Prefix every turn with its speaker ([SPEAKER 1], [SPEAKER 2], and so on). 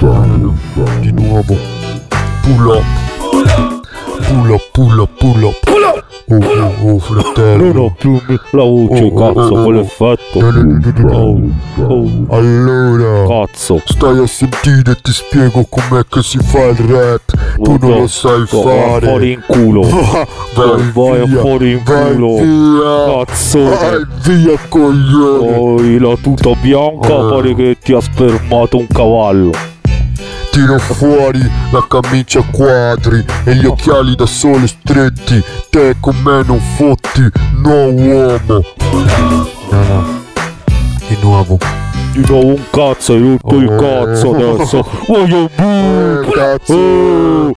[SPEAKER 1] lontano.
[SPEAKER 2] Di nuovo. Pull up. Pull up, pull up, pull up. Oh, oh, oh, fratello.
[SPEAKER 3] Non ho più la voce,
[SPEAKER 2] Oh, oh,
[SPEAKER 3] cazzo,
[SPEAKER 2] oh,
[SPEAKER 3] con
[SPEAKER 2] oh.
[SPEAKER 3] l'effetto.
[SPEAKER 2] No, no, no, no, no.
[SPEAKER 1] Lontano.
[SPEAKER 3] Oh.
[SPEAKER 2] Allora.
[SPEAKER 3] Cazzo.
[SPEAKER 2] Stai a sentire e ti spiego com'è che si fa il rap. Tu non lo sai
[SPEAKER 3] Oh,
[SPEAKER 2] fare.
[SPEAKER 3] Fuori in culo.
[SPEAKER 2] Va- Vai,
[SPEAKER 3] Vai
[SPEAKER 2] via,
[SPEAKER 3] fuori in
[SPEAKER 2] vai
[SPEAKER 3] culo.
[SPEAKER 2] via. Vai
[SPEAKER 3] Cazzo. Oh,
[SPEAKER 2] via, coglione.
[SPEAKER 3] Poi la tuta bianca
[SPEAKER 2] Oh.
[SPEAKER 3] pare che ti ha spermato un cavallo.
[SPEAKER 2] Tiro fuori la camicia a quadri e gli occhiali da sole stretti. Te con me non fotti, no uomo. Di nuovo.
[SPEAKER 3] Di nuovo un cazzo, hai rotto il
[SPEAKER 2] Oh.
[SPEAKER 3] cazzo adesso. Voglio bu-
[SPEAKER 2] Eh, cazzo.
[SPEAKER 3] Oh,